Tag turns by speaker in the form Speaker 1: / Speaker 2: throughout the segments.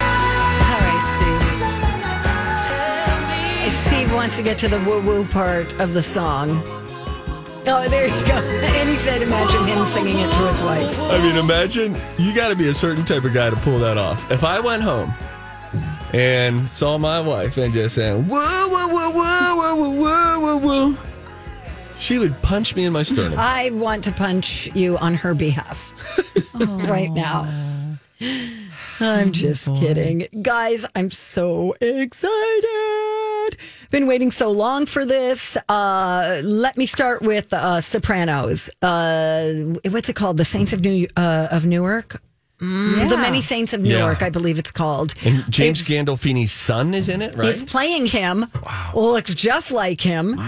Speaker 1: All right, Steve. Steve wants to get to the woo woo part of the song. Oh, there you go. And he said, imagine him singing it to his wife.
Speaker 2: I mean, imagine you got to be a certain type of guy to pull that off. If I went home and saw my wife and just said, woo, woo, woo, woo, woo, woo, woo, woo, woo, she would punch me in my sternum.
Speaker 1: I want to punch you on her behalf right now. I'm just kidding. Guys, I'm so excited. Been waiting so long for this. Uh, let me start with uh, Sopranos. Uh, what's it called? The Saints of New uh, of Newark. Mm, The Many Saints of
Speaker 2: Yeah.
Speaker 1: Newark, I believe it's called.
Speaker 2: And James
Speaker 1: It's-
Speaker 2: Gandolfini's son is in it, right?
Speaker 1: He's playing him. Looks just like him.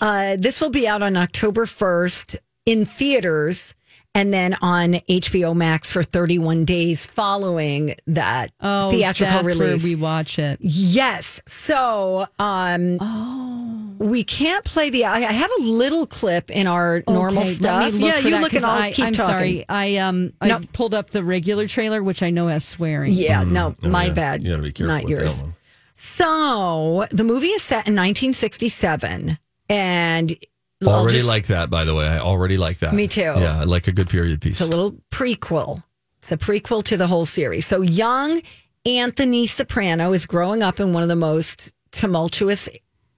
Speaker 1: Uh, this will be out on October 1st in theaters and then on HBO Max for 31 days following that
Speaker 3: Oh,
Speaker 1: theatrical
Speaker 3: that's
Speaker 1: release.
Speaker 3: where we watch it.
Speaker 1: Yes. So um,
Speaker 3: Oh.
Speaker 1: we can't play the. I I have a little clip in our normal
Speaker 3: Okay, let
Speaker 1: stuff.
Speaker 3: me look
Speaker 1: yeah,
Speaker 3: for
Speaker 1: you
Speaker 3: that,
Speaker 1: look and
Speaker 3: 'cause
Speaker 1: I'll
Speaker 3: I,
Speaker 1: keep
Speaker 3: I'm
Speaker 1: talking.
Speaker 3: sorry. I um I
Speaker 1: No.
Speaker 3: pulled up the regular trailer, which I know has swearing.
Speaker 1: Yeah, no, my
Speaker 2: Mm-hmm. yeah.
Speaker 1: bad.
Speaker 2: You got to be careful.
Speaker 1: Not
Speaker 2: with that
Speaker 1: yours.
Speaker 2: one.
Speaker 1: So the movie is set in 1967, and I'll
Speaker 2: Already
Speaker 1: just-
Speaker 2: like that, by the way. I already like that.
Speaker 1: Me too.
Speaker 2: Yeah, I like a good period
Speaker 1: it's
Speaker 2: piece.
Speaker 1: a little prequel. It's a prequel to the whole series. So young Anthony Soprano is growing up in one of the most tumultuous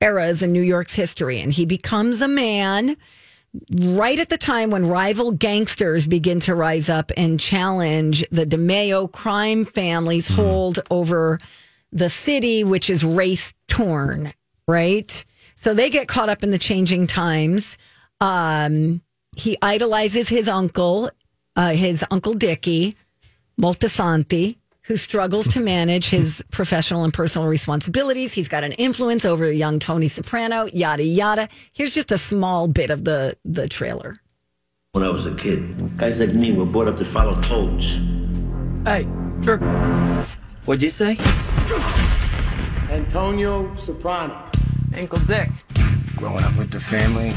Speaker 1: eras in New York's history, and he becomes a man right at the time when rival gangsters begin to rise up and challenge the DeMeo crime family's hold over the city, which is race torn, right? So they get caught up in the changing times. Um, he idolizes his uncle, uh, his uncle Dickie Moltisanti, who struggles to manage his professional and personal responsibilities. He's got an influence over young Tony Soprano, yada yada. Here's just a small bit of the the trailer.
Speaker 4: When I was a kid, guys like me were brought up to follow codes.
Speaker 5: Hey, jerk.
Speaker 4: What'd you say?
Speaker 5: Antonio Soprano.
Speaker 6: Ankle Dick.
Speaker 5: Growing up with the family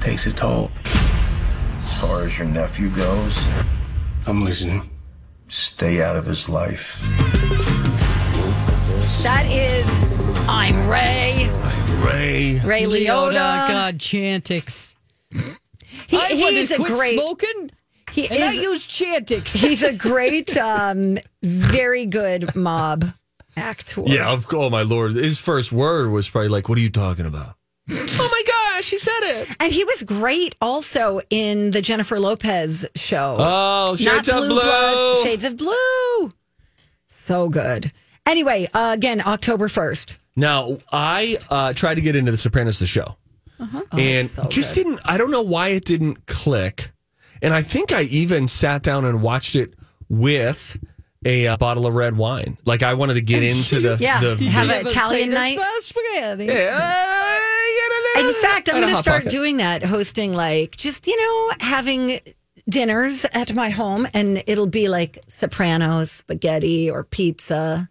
Speaker 5: takes a toll.
Speaker 4: As far as your nephew goes,
Speaker 5: I'm listening.
Speaker 4: stay out of his life.
Speaker 1: That is, I'm Ray.
Speaker 2: Ray.
Speaker 1: Ray
Speaker 3: Leota,
Speaker 1: Liotta.
Speaker 3: God, Chantix.
Speaker 1: He,
Speaker 3: I
Speaker 1: he's
Speaker 3: wanna
Speaker 1: a
Speaker 3: quit
Speaker 1: great.
Speaker 3: smoking.
Speaker 1: He
Speaker 3: And I
Speaker 1: is.
Speaker 3: use Chantix.
Speaker 1: he's a great, um, very good mob actor.
Speaker 2: Yeah, of course. Oh, my lord. His first word was probably like, What are you talking about? oh my gosh, he said it.
Speaker 1: And he was great also in the Jennifer Lopez show.
Speaker 2: Oh, Shades
Speaker 1: Not
Speaker 2: of
Speaker 1: Blue Bloods,
Speaker 2: Blue.
Speaker 1: Shades of Blue. So good. Anyway, uh, again, October 1st.
Speaker 2: Now, I uh, tried to get into The Sopranos, the show,
Speaker 1: Uh-huh.
Speaker 2: and
Speaker 1: Oh, so
Speaker 2: just
Speaker 1: good.
Speaker 2: didn't. I don't know why it didn't click. And I think I even sat down and watched it with a uh, bottle of red wine. Like I wanted to get into the
Speaker 1: Yeah,
Speaker 2: the,
Speaker 1: have
Speaker 2: the-
Speaker 1: an Italian night.
Speaker 3: Spaghetti.
Speaker 2: Yeah,
Speaker 1: In fact, I'm
Speaker 2: Out of
Speaker 1: going to
Speaker 2: Hot
Speaker 1: start
Speaker 2: Pocket.
Speaker 1: doing that, hosting like just, you know, having dinners at my home and it'll be like Sopranos, spaghetti, or pizza.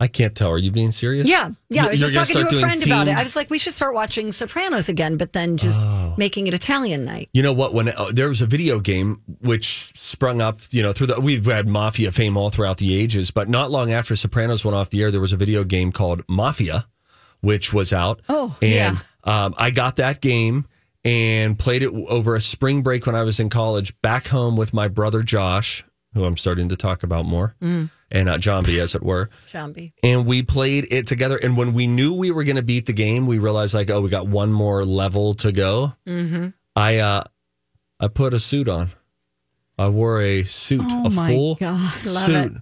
Speaker 2: I can't tell. Are you being serious?
Speaker 1: Yeah. Yeah. I was
Speaker 2: You're
Speaker 1: just talking
Speaker 2: gonna start
Speaker 1: to a
Speaker 2: doing
Speaker 1: friend about it.
Speaker 2: themed- Oh.
Speaker 1: I was like, we should start watching Sopranos again, but then just making it Italian night.
Speaker 2: You know what? When uh, there was a video game which sprung up, you know, through the we've had mafia fame all throughout the ages, but not long after Sopranos went off the air, there was a video game called Mafia, which was out.
Speaker 3: Oh,
Speaker 2: and um, I got that game and played it over a spring break when I was in college. Back home with my brother Josh, who I'm starting to talk about more, and uh, Jambi, as it were.
Speaker 1: Jambi.
Speaker 2: And we played it together. And when we knew we were going to beat the game, we realized like, oh, we got one more level to go. I uh, I put a suit on. I wore a suit,
Speaker 3: Oh
Speaker 2: a
Speaker 3: my
Speaker 2: full
Speaker 3: God, love
Speaker 2: suit.
Speaker 3: it.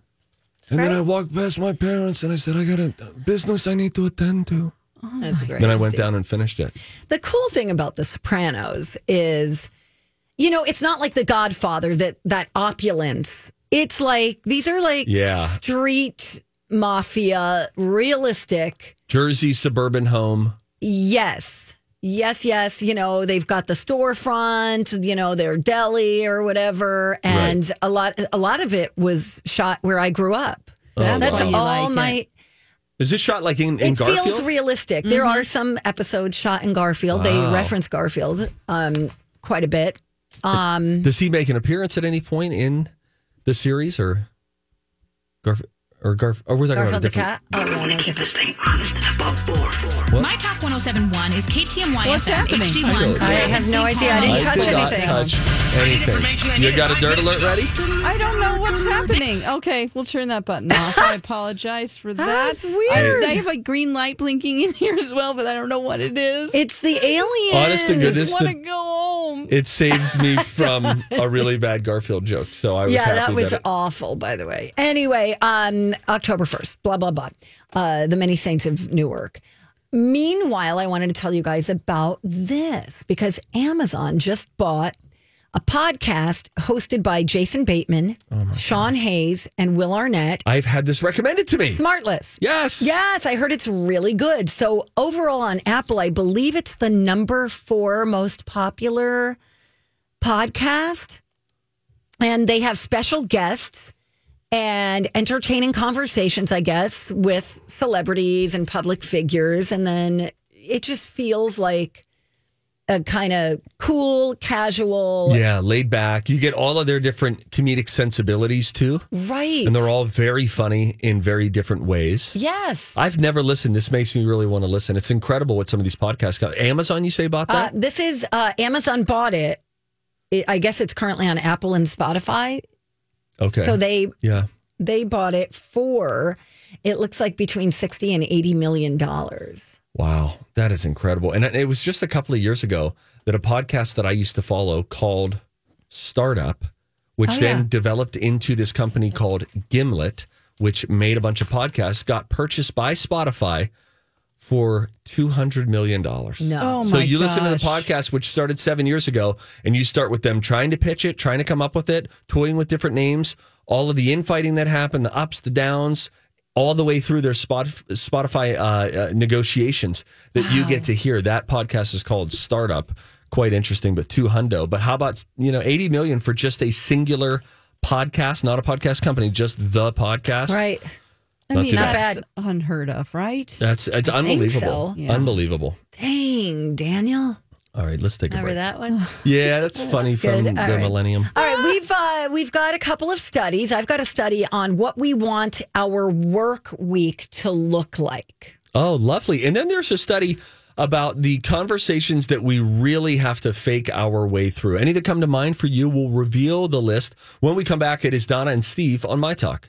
Speaker 2: And then I walked past my parents and I said, I got a business I need to attend to.
Speaker 3: Oh
Speaker 1: That's great.
Speaker 2: Then I went down and finished it.
Speaker 1: The cool thing about The Sopranos is, you know, it's not like The Godfather that that opulence. It's like these are like
Speaker 2: Yeah.
Speaker 1: street mafia, realistic.
Speaker 2: Jersey suburban home.
Speaker 1: Yes. Yes, yes. You know, they've got the storefront, you know, their deli or whatever. And a lot a lot of it was shot where I grew up.
Speaker 2: Oh,
Speaker 1: That's
Speaker 3: why
Speaker 1: all
Speaker 3: you like it.
Speaker 1: my
Speaker 2: Is this shot like in, in
Speaker 1: it
Speaker 2: Garfield?
Speaker 1: feels realistic. There are some episodes shot in Garfield. They reference Garfield um, quite a bit.
Speaker 2: Does he make an appearance at any point in the series or Garf or Garf or we're talking
Speaker 1: Garfield
Speaker 2: about a
Speaker 1: the
Speaker 2: different-
Speaker 1: cat. Oh yeah, no difference.
Speaker 7: My top 1071 is KTMY
Speaker 3: What's
Speaker 7: FM
Speaker 3: happening?
Speaker 2: I know.
Speaker 7: HD1.
Speaker 2: I
Speaker 1: have no idea. I didn't
Speaker 2: I
Speaker 1: touch
Speaker 2: did not
Speaker 1: anything.
Speaker 2: touch anything. You got a dirt alert ready?
Speaker 3: I don't know what's happening. Okay, we'll turn that button off. I apologize for that.
Speaker 1: That's weird.
Speaker 3: I, I have a green light blinking in here as well, but I don't know what it is.
Speaker 1: It's the alien.
Speaker 2: Honest to
Speaker 3: I
Speaker 2: goodness,
Speaker 3: just want to
Speaker 2: the,
Speaker 3: go home.
Speaker 2: it saved me from a really bad Garfield joke. So I was
Speaker 1: yeah,
Speaker 2: happy
Speaker 1: that was
Speaker 2: that it-
Speaker 1: awful, by the way. Anyway, um, October first, blah blah blah. Uh, the many saints of Newark. Meanwhile, I wanted to tell you guys about this because Amazon just bought a podcast hosted by Jason Bateman,
Speaker 2: Oh
Speaker 1: Sean Hayes, and Will Arnett.
Speaker 2: I've had this recommended to me.
Speaker 1: Smartless.
Speaker 2: Yes.
Speaker 1: Yes, I heard it's really good. So overall on Apple, I believe it's the number four most popular podcast. And they have special guests and entertaining conversations, I guess, with celebrities and public figures. And then it just feels like a kind of cool, casual,
Speaker 2: Yeah, laid back. You get all of their different comedic sensibilities too,
Speaker 1: right?
Speaker 2: and they're all very funny in very different ways.
Speaker 1: yes.
Speaker 2: I've never listened. This makes me really want to listen. It's incredible what some of these podcasts got. Amazon, you say about
Speaker 1: Uh,
Speaker 2: that?
Speaker 1: this is uh, Amazon bought it. it. I guess it's currently on Apple and Spotify.
Speaker 2: okay.
Speaker 1: Uh, So they
Speaker 2: yeah.
Speaker 1: they bought it for it looks like between sixty and eighty million dollars.
Speaker 2: Wow, that is incredible. And it was just a couple of years ago that a podcast that I used to follow called Startup, which then developed into this company called Gimlet, which made a bunch of podcasts, got purchased by Spotify for $200 million.
Speaker 1: No,
Speaker 3: Oh
Speaker 2: so
Speaker 3: my
Speaker 2: you listen to the
Speaker 3: gosh.
Speaker 2: podcast, which started seven years ago, and you start with them trying to pitch it, trying to come up with it, toying with different names, all of the infighting that happened, the ups, the downs, all the way through their spot, Spotify uh, uh, negotiations that you get to hear. That podcast is called Startup. Quite interesting, but two hundo. But how about you know eighty million for just a singular podcast, not a podcast company, just the podcast.
Speaker 1: right?
Speaker 3: I
Speaker 2: Not
Speaker 3: mean,
Speaker 2: too bad.
Speaker 3: that's unheard of, right?
Speaker 2: That's it's unbelievable.
Speaker 1: so.
Speaker 3: Yeah.
Speaker 2: Unbelievable.
Speaker 1: Dang, Daniel,
Speaker 2: All right, let's take a break.
Speaker 1: that one?
Speaker 2: Yeah, that's, funny from
Speaker 1: good.
Speaker 2: the
Speaker 1: All right.
Speaker 2: millennium.
Speaker 1: All right, we've uh, we've got a couple of studies. I've got a study on what we want our work week to look like.
Speaker 2: Oh, lovely. And then there's a study about the conversations that we really have to fake our way through. Any that come to mind for you will reveal the list when we come back. It is Donna and Steve on My Talk.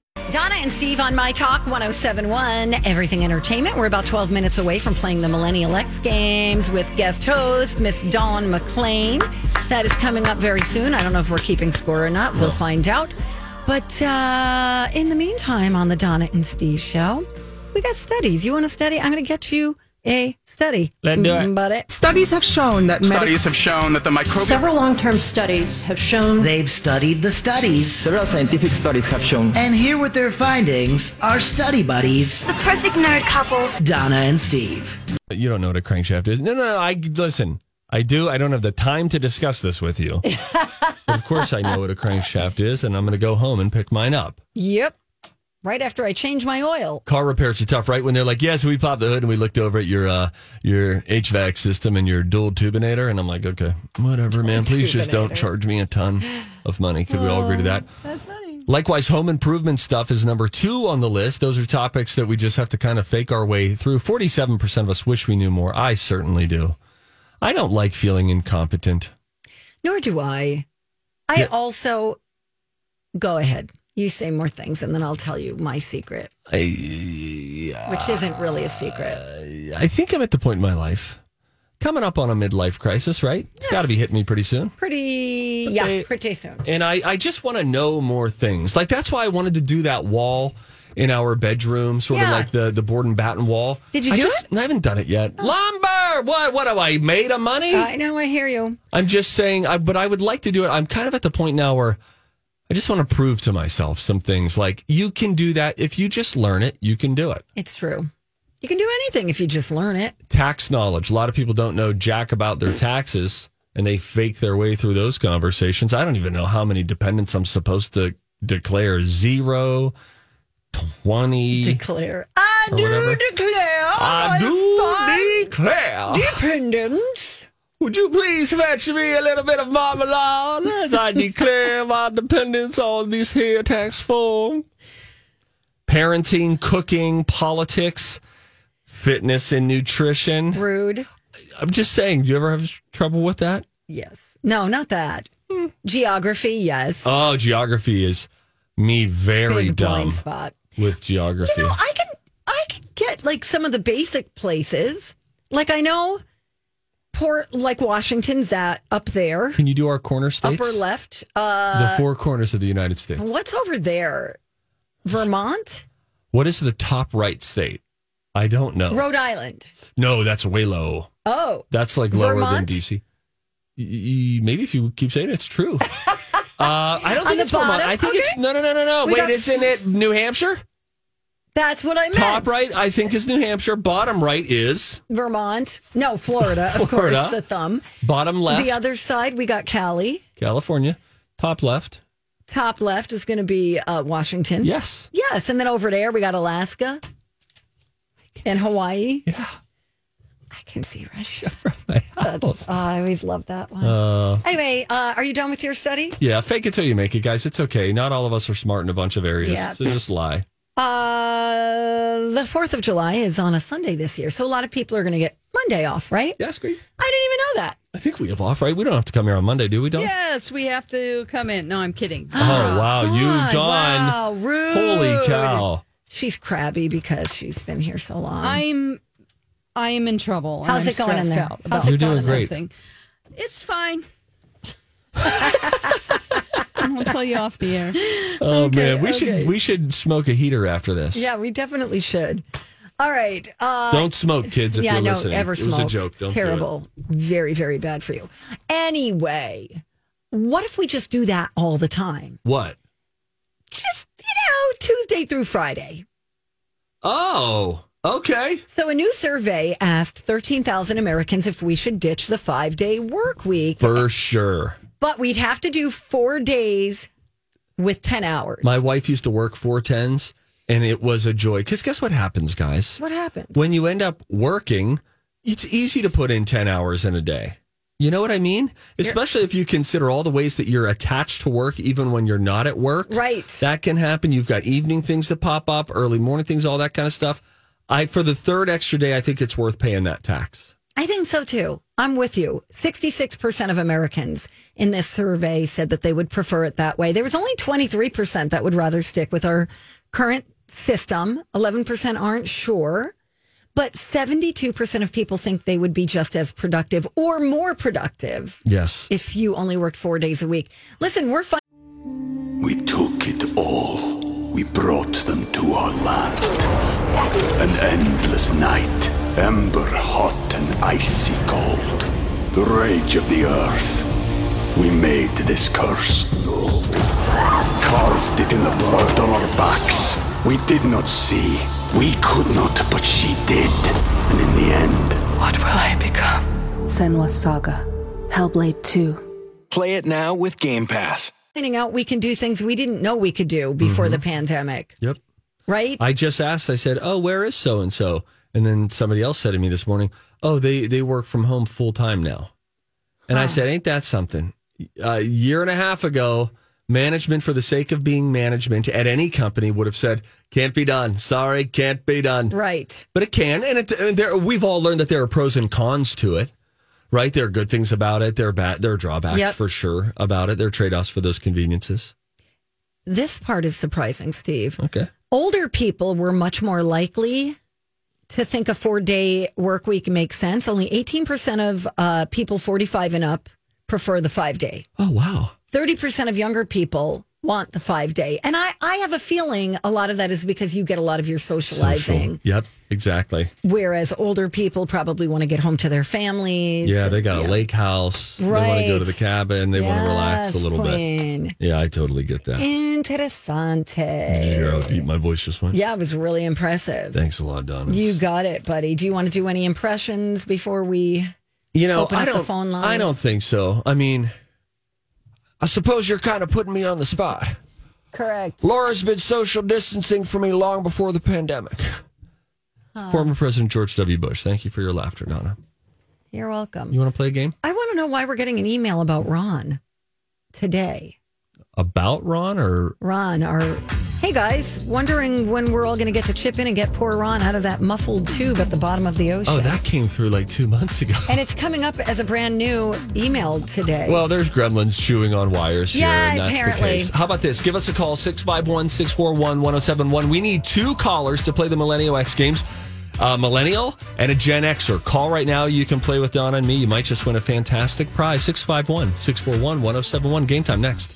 Speaker 1: Donna and Steve on My Talk 1071, Everything Entertainment. We're about 12 minutes away from playing the Millennial X Games with guest host, Miss Dawn McLean. That is coming up very soon. I don't know if we're keeping score or not. We'll find out. But uh, in the meantime, on the Donna and Steve show, we got studies. You want a study? I'm going to get you a study.
Speaker 8: Let's do it.
Speaker 1: But it.
Speaker 9: Studies have shown that
Speaker 7: Studies have shown that the microbial.
Speaker 9: Several long term studies have shown.
Speaker 10: They've studied the studies.
Speaker 11: Several scientific studies have shown.
Speaker 10: And here with their findings are study buddies. The perfect nerd couple. Donna and Steve.
Speaker 2: You don't know what a crankshaft is. No, no, no. I listen. I do. I don't have the time to discuss this with you. of course, I know what a crankshaft is, and I'm going to go home and pick mine up.
Speaker 1: Yep. Right after I change my oil.
Speaker 2: Car repairs are tough, right? When they're like, "Yes, we popped the hood and we looked over at your uh, your HVAC system and your dual tubinator," and I'm like, "Okay, whatever, man. Please just don't
Speaker 12: Tubinator. Oh,
Speaker 2: charge me a ton of money." Could we all agree to that?
Speaker 12: That's funny.
Speaker 2: Likewise, home improvement stuff is number two on the list. Those are topics that we just have to kind of fake our way through. 47% of us wish we knew more. I certainly do. I don't like feeling incompetent.
Speaker 1: Nor do I. I
Speaker 2: Yeah.
Speaker 1: also go ahead. You say more things, and then I'll tell you my secret,
Speaker 2: I,
Speaker 1: which isn't really a secret.
Speaker 2: I think I'm at the point in my life, coming up on a midlife crisis, right? It's got to be hitting me pretty soon.
Speaker 1: Pretty, yeah, pretty soon.
Speaker 2: And I, I just want to know more things. Like, that's why I wanted to do that wall in our bedroom, sort
Speaker 1: Yeah.
Speaker 2: of like the, the board and batten wall.
Speaker 1: Did you
Speaker 2: I
Speaker 1: do Oh.
Speaker 2: just, I haven't done it yet. Lumber! What, what am I made of money?
Speaker 1: I know, Uh, I hear you.
Speaker 2: I'm just saying, I, but I would like to do it. I'm kind of at the point now where I just want to prove to myself some things. Like you can do that if you just learn it. You can do it.
Speaker 1: It's true. You can do anything if you just learn it.
Speaker 2: Tax knowledge. A lot of people don't know jack about their taxes, and they fake their way through those conversations. I don't even know how many dependents I'm supposed to declare zero, 20.
Speaker 1: Declare. I
Speaker 2: Or
Speaker 1: do
Speaker 2: whatever. Ah.
Speaker 1: declare.
Speaker 2: I do declare.
Speaker 1: Dependence.
Speaker 2: Would you please fetch me a little bit of marmalade as I declare my dependence on this here tax form? Parenting, cooking, politics, fitness and nutrition.
Speaker 1: Rude.
Speaker 2: I'm just saying, do you ever have trouble with that?
Speaker 1: Yes. No, not that.
Speaker 2: Hmm.
Speaker 1: Geography, yes.
Speaker 2: Oh, geography is me very
Speaker 1: Big
Speaker 2: dumb
Speaker 1: blind spot.
Speaker 2: with geography.
Speaker 1: No, I can I can get like some of the basic places. Like I know port like Washington's that up there.
Speaker 2: Can you do our corner states?
Speaker 1: Upper left.
Speaker 2: the
Speaker 1: Uh
Speaker 2: four corners of the United States.
Speaker 1: what's over there? Vermont?
Speaker 2: What is the top right state? I don't know.
Speaker 1: Rhode Island.
Speaker 2: no, that's way low.
Speaker 1: Oh.
Speaker 2: That's like lower
Speaker 1: Vermont?
Speaker 2: than DC. Y- y- Maybe if you keep saying it, it's true. uh, I don't
Speaker 1: On
Speaker 2: think
Speaker 1: the
Speaker 2: it's Vermont.
Speaker 1: bottom?
Speaker 2: I think it's
Speaker 1: Okay.
Speaker 2: no, no, no, no, no.
Speaker 1: We
Speaker 2: Wait,
Speaker 1: got-
Speaker 2: isn't it New Hampshire?
Speaker 1: That's what I meant.
Speaker 2: Top right, I think is New Hampshire. Bottom right is
Speaker 1: Vermont. No, Florida, of
Speaker 2: Florida.
Speaker 1: course, the thumb.
Speaker 2: bottom left,
Speaker 1: The other side, we got Cali.
Speaker 2: California. Top left,
Speaker 1: Top left is going to be uh, Washington.
Speaker 2: Yes.
Speaker 1: Yes. And then over there, we got Alaska and Hawaii.
Speaker 2: Yeah.
Speaker 1: I can see Russia.
Speaker 2: That's,
Speaker 1: uh, I always love that one.
Speaker 2: Uh,
Speaker 1: anyway, uh, are you done with your study?
Speaker 2: yeah, fake it till you make it, guys. It's okay. Not all of us are smart in a bunch of areas,
Speaker 1: Yeah.
Speaker 2: so just lie.
Speaker 1: Uh, the 4th of July is on a Sunday this year. So a lot of people are going to get Monday off, right?
Speaker 2: That's great.
Speaker 1: I didn't even know that.
Speaker 2: I think we have off, right? We don't have to come here on Monday, do we? Don't.
Speaker 3: Yes, we have to come in. No, I'm kidding.
Speaker 2: Oh wow,
Speaker 1: God,
Speaker 2: you've done.
Speaker 1: Uh, Wow, rude.
Speaker 2: Holy cow!
Speaker 1: She's crabby because she's been here so long.
Speaker 3: I'm I am in trouble. and
Speaker 1: How's
Speaker 3: I'm
Speaker 1: it going in
Speaker 3: stressed
Speaker 1: there?
Speaker 3: out
Speaker 1: How's
Speaker 3: about
Speaker 2: it You're doing
Speaker 3: something.
Speaker 2: great.
Speaker 3: It's fine. I'll tell you off the air.
Speaker 2: Oh
Speaker 1: Okay,
Speaker 2: man, we
Speaker 1: okay.
Speaker 2: should we should smoke a heater after this.
Speaker 1: Yeah, we definitely should. All right. Uh,
Speaker 2: Don't smoke, kids, if
Speaker 1: yeah,
Speaker 2: you're
Speaker 1: no,
Speaker 2: listening.
Speaker 1: ever
Speaker 2: it
Speaker 1: smoke.
Speaker 2: was a joke. Don't do it.
Speaker 1: Terrible. Very, very bad for you. Anyway, what if we just do that all the time?
Speaker 2: What?
Speaker 1: Just, you know, Tuesday through Friday.
Speaker 2: Oh, okay.
Speaker 1: So, a new survey asked 13,000 Americans if we should ditch the five day work week,
Speaker 2: For sure.
Speaker 1: but we'd have to do four days with 10 hours.
Speaker 2: My wife used to work four tens, and it was a joy. Because guess what happens, guys?
Speaker 1: What happened?
Speaker 2: When you end up working, it's easy to put in 10 hours in a day. You know what I mean? Especially if you consider all the ways that you're attached to work, even when you're not at work.
Speaker 1: Right.
Speaker 2: That can happen. You've got evening things that pop up, early morning things, all that kind of stuff. I for the third extra day, I think it's worth paying that tax.
Speaker 1: I think so too. I'm with you. 66% of Americans in this survey said that they would prefer it that way. There was only 23% that would rather stick with our current system. 11% aren't sure, but 72% of people think they would be just as productive or more productive
Speaker 2: Yes.
Speaker 1: if you only worked four days a week. Listen, we're fine.
Speaker 7: We took it all. We brought them to our land. An endless night, ember hot and icy cold. The rage of the earth. We made this curse. Carved it in the blood on our backs. We did not see. We could not, but she did. And in the end,
Speaker 6: What will I become? Senwa Saga, Hellblade 2.
Speaker 13: Play it now with Game Pass.
Speaker 1: Finding out we can do things we didn't know we could do before the pandemic,
Speaker 2: Yep.
Speaker 1: right?
Speaker 2: I just asked, I said, Oh, where is so and so? And then somebody else said to me this morning, Oh, they, they work from home full time now. And I said, Ain't that something? A year and a half ago, management, for the sake of being management at any company, would have said, Can't be done. Sorry, can't be done.
Speaker 1: Right.
Speaker 2: But it can. And, it, and there, we've all learned that there are pros and cons to it. Right, there are good things about it. There are bad, there are drawbacks
Speaker 1: Yep.
Speaker 2: for sure about it. There are trade-offs for those conveniences.
Speaker 1: This part is surprising, Steve.
Speaker 2: Okay,
Speaker 1: older people were much more likely to think a four day work week makes sense. Only 18% of uh, people 45 and up prefer the five day.
Speaker 2: Oh, wow.
Speaker 1: 30% of younger people want the five day. And I, I have a feeling a lot of that is because you get a lot of your socializing,
Speaker 2: Yep, exactly.
Speaker 1: whereas older people probably want to get home to their families.
Speaker 2: Yeah, they got a lake house. They want to go to the
Speaker 1: Right.
Speaker 2: cabin. They want to relax a
Speaker 1: Yes,
Speaker 2: little
Speaker 1: Quinn.
Speaker 2: bit. Yeah, I totally get that.
Speaker 1: Interessante.
Speaker 2: Yeah, I- my voice just went.
Speaker 1: Yeah, it was really impressive.
Speaker 2: Thanks a lot, Donna.
Speaker 1: You got it, buddy. Do you want to do any impressions before we?
Speaker 2: You know,
Speaker 1: open
Speaker 2: I
Speaker 1: up the
Speaker 2: don't.
Speaker 1: phone lines?
Speaker 2: I don't think so. I mean, I suppose you're kind of putting me on the spot.
Speaker 1: Correct.
Speaker 2: Laura's been social distancing from me long before the pandemic. Former President George W. Bush. Thank you for your laughter, Donna.
Speaker 1: You're welcome.
Speaker 2: You want to play a game
Speaker 1: I want to know why we're getting an email about Ron today.
Speaker 2: about Ron or
Speaker 1: Ron, our hey guys, wondering when we're all going to get to chip in and get poor Ron out of that muffled tube at the bottom of the ocean.
Speaker 2: oh that came through like two months ago.
Speaker 1: and it's coming up as a brand new email today.
Speaker 2: Well, there's gremlins chewing on wires here,
Speaker 1: Yeah,
Speaker 2: and that's
Speaker 1: apparently.
Speaker 2: the case. How about this? Give us a call, 651 641 1071. We need two callers to play the Millennial X games. A millennial and a Gen Xer. Call right now. You can play with Donna and me. You might just win a fantastic prize. 651 641 1071. Game time next.